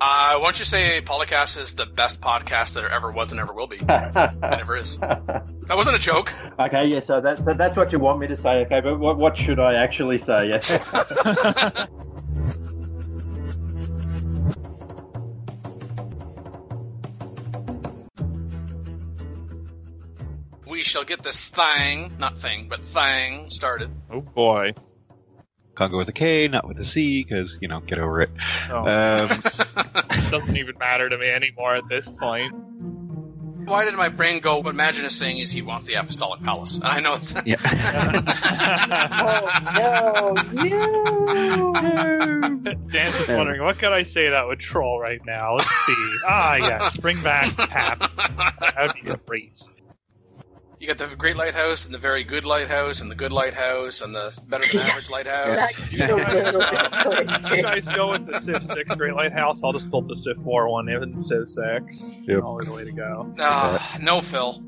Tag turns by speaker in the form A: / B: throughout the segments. A: I uh, want you to say Polycast is the best podcast that ever was and ever will be. it never is. That wasn't a joke.
B: Okay, yeah, so that, that, that's what you want me to say, okay, but what, what should I actually say? Yeah.
A: We shall get this thing, not thing, but thing started.
C: Oh boy.
D: Can't go with a K, not with a C, because, you know, get over it.
C: Oh,
D: Um,
C: doesn't even matter to me anymore at this point.
A: Why did my brain go? What Maginus is saying is he wants the Apostolic Palace. And I know it's.
D: yeah.
B: oh, no, no.
C: Dance is wondering what could I say that would troll right now. Let's see. Ah, yes, bring back tap. That would be great.
A: you got the Great Lighthouse and the Very Good Lighthouse and the Good Lighthouse and the Better Than Average Lighthouse.
B: Yes.
C: you guys go with the Civ Six Great Lighthouse. I'll just build the Civ Four one in Civ Six.
D: Yep.
C: Always the way to go.
A: Ah, no, Phil.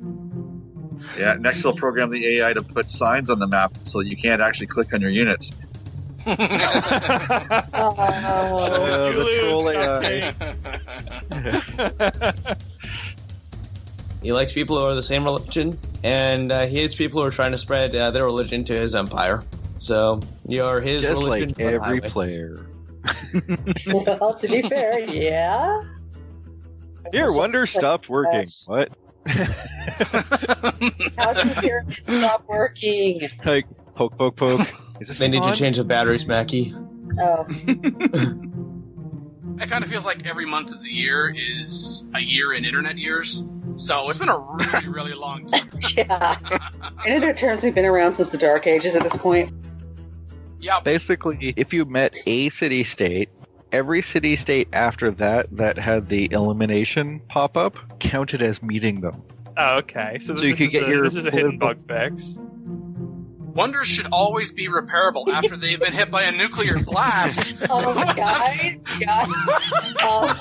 E: Yeah, next they'll program the AI to put signs on the map so you can't actually click on your units.
B: Oh.
D: Uh, the uh,
C: you lose,
D: troll
C: Cupcake.
F: He likes people who are the same religion, and uh, he hates people who are trying to spread uh, their religion to his empire. So you're his
D: Just
F: religion.
D: like
F: on
D: every
F: highway.
D: player.
B: well, to be fair, yeah.
D: Here, Wonder stopped working. What?
B: How can pyramids stop working?
D: Like, poke, poke, poke. Is this
F: They need
D: on?
F: to change the batteries, Mackie.
B: Oh,
A: It kind of feels like every month of the year is a year in internet years. So it's been a really, really long time.
B: yeah. And in terms, we've been around since the Dark Ages at this point.
A: Yeah,
D: Basically, if you met a city state, every city state after that that had the elimination pop up counted as meeting them.
C: Oh, okay. So,
D: So you
C: this,
D: could
C: is
D: get
C: a,
D: your
C: this is a hidden
D: political-
C: bug fix.
A: wonders should always be repairable after they've been hit by a nuclear blast.
B: Oh, guys, guys. Um,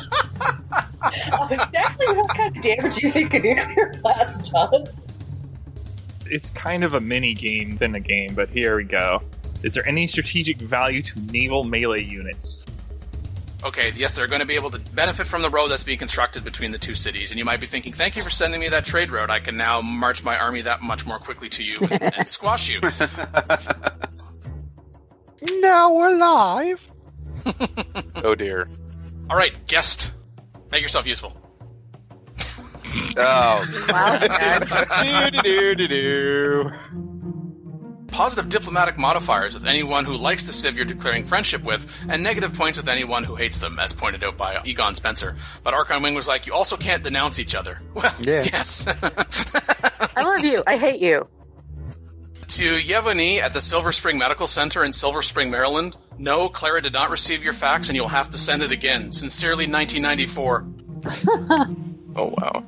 B: exactly what kind of damage do you think a nuclear blast does?
C: It's kind of a mini game than a game, but here we go. Is there any strategic value to naval melee units?
A: Okay, yes, they're going to be able to benefit from the road that's being constructed between the two cities. And you might be thinking, thank you for sending me that trade road. I can now march my army that much more quickly to you and, and squash you.
D: Now we're live.
G: Oh dear.
A: All right, guest, make yourself useful.
G: Oh.
H: Wow, Chad.
G: Do-do-do-do-do.
A: Positive diplomatic modifiers with anyone who likes the Civ you're declaring friendship with, and negative points with anyone who hates them, as pointed out by Egon Spencer. But Archon Wing was like, you also can't denounce each other. Well,
D: Yeah.
A: yes.
H: I love you. I hate you.
A: To Yevony at the Silver Spring Medical Center in Silver Spring, Maryland. No, Clara did not receive your fax and you'll have to send it again. Sincerely, 1994.
G: Oh wow.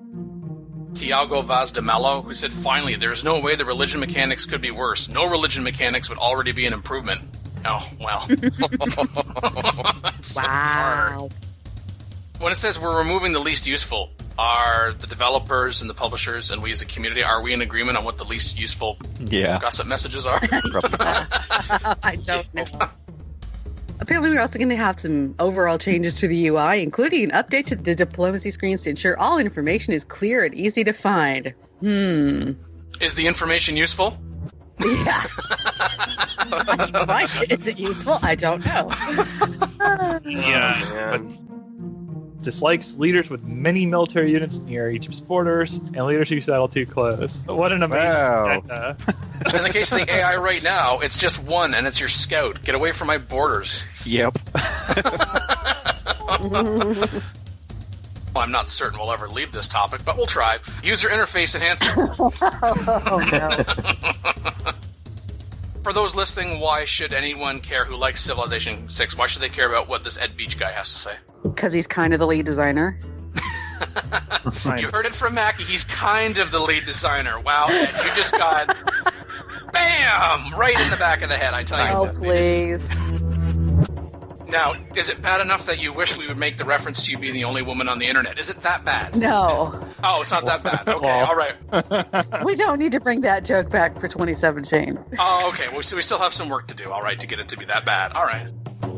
A: Thiago Vaz de Mello, who said, Finally, there is no way the religion mechanics could be worse. No religion mechanics would already be an improvement. Oh, well. It's so hard.
H: Wow.
A: When it says we're removing the least useful, are the developers and the publishers and we as a community, are we in agreement on what the least useful
D: Yeah.
A: gossip messages are?
H: I don't know. Apparently, we're also going to have some overall changes to the UI, including an update to the diplomacy screens to ensure all information is clear and easy to find. Hmm.
A: is the information useful?
H: Yeah. Why is it useful? I don't know.
C: Yeah.
G: Man.
C: Dislikes leaders with many military units near Egypt's borders and leaders who settle too close. What an amazing
D: Wow.
C: agenda.
A: In the case of the AI right now, it's just one, and it's your scout. Get away from my borders.
D: Yep.
A: Well, I'm not certain we'll ever leave this topic, but we'll try. User interface enhancements.
H: Oh, no. Oh,
A: For those listening, why should anyone care who likes Civilization 6? Why should they care about what this Ed Beach guy has to say?
H: Because he's kind of the lead designer.
A: You heard it from Mackie. He's kind of the lead designer. Wow, Ed, you just got. Bam! Right in the back of the head, I tell you.
H: Oh, please.
A: Now, is it bad enough that you wish we would make the reference to you being the only woman on the internet? Is it that bad?
H: No.
A: Oh, it's not that bad. Okay, all right.
H: We don't need to bring that joke back for 2017.
A: Oh, okay. Well, so we still have some work to do. All right, to get it to be that bad. All right.